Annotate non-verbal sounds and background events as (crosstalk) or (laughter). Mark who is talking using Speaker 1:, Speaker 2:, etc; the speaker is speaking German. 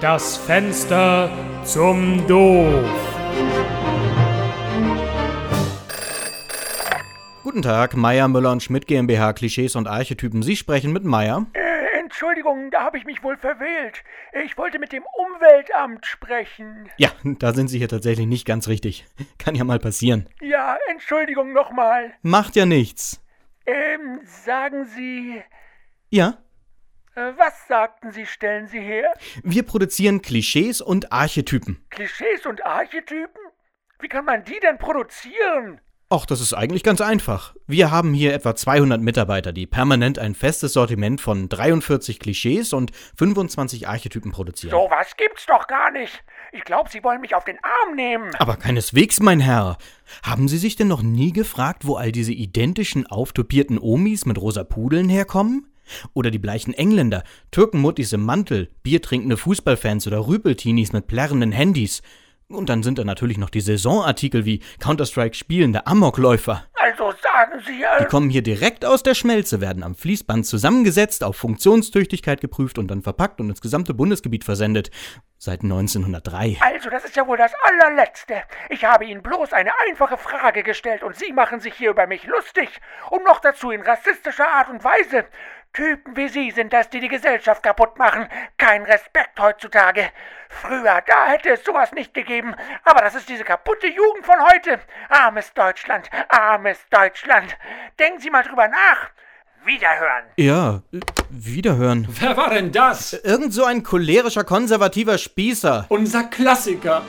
Speaker 1: Das Fenster zum Doof.
Speaker 2: Guten Tag, Meier, Müller und Schmidt GmbH, Klischees und Archetypen. Sie sprechen mit Meier.
Speaker 3: Äh, Entschuldigung, da habe ich mich wohl verwählt. Ich wollte mit dem Umweltamt sprechen.
Speaker 2: Ja, da sind Sie hier tatsächlich nicht ganz richtig. (laughs) Kann ja mal passieren.
Speaker 3: Ja, Entschuldigung nochmal.
Speaker 2: Macht ja nichts.
Speaker 3: Ähm, sagen Sie,
Speaker 2: Ja,
Speaker 3: äh, was sagten Sie, stellen Sie her?
Speaker 2: wir produzieren Klischees und Archetypen.
Speaker 3: Klischees und Archetypen? Wie kann man die denn produzieren?
Speaker 2: Ach, das ist eigentlich ganz einfach. Wir haben hier etwa 200 Mitarbeiter, die permanent ein festes Sortiment von 43 Klischees und 25 Archetypen produzieren.
Speaker 3: So was gibt's doch gar nicht. Ich glaube, Sie wollen mich auf den Arm nehmen.
Speaker 2: Aber keineswegs, mein Herr. Haben Sie sich denn noch nie gefragt, wo all diese identischen, auftopierten Omis mit rosa Pudeln herkommen? Oder die bleichen Engländer, Türkenmuttis im Mantel, biertrinkende Fußballfans oder Rüpeltinis mit plärrenden Handys? Und dann sind da natürlich noch die Saisonartikel wie Counter-Strike spielende Amokläufer.
Speaker 3: Also sagen Sie, äh,
Speaker 2: Die kommen hier direkt aus der Schmelze, werden am Fließband zusammengesetzt, auf Funktionstüchtigkeit geprüft und dann verpackt und ins gesamte Bundesgebiet versendet. Seit 1903.
Speaker 3: also das ist ja wohl das allerletzte. Ich habe Ihnen bloß eine einfache Frage gestellt und Sie machen sich hier über mich lustig. Und noch dazu in rassistischer Art und Weise. Typen wie Sie sind das, die die Gesellschaft kaputt machen. Kein Respekt heutzutage. Früher, da hätte es sowas nicht gegeben. Aber das ist diese kaputte Jugend von heute. Armes Deutschland, armes Deutschland. Denken Sie mal drüber nach. Wiederhören.
Speaker 2: Ja, äh, wiederhören.
Speaker 4: Wer war denn das?
Speaker 2: Irgend so ein cholerischer konservativer Spießer.
Speaker 4: Unser Klassiker.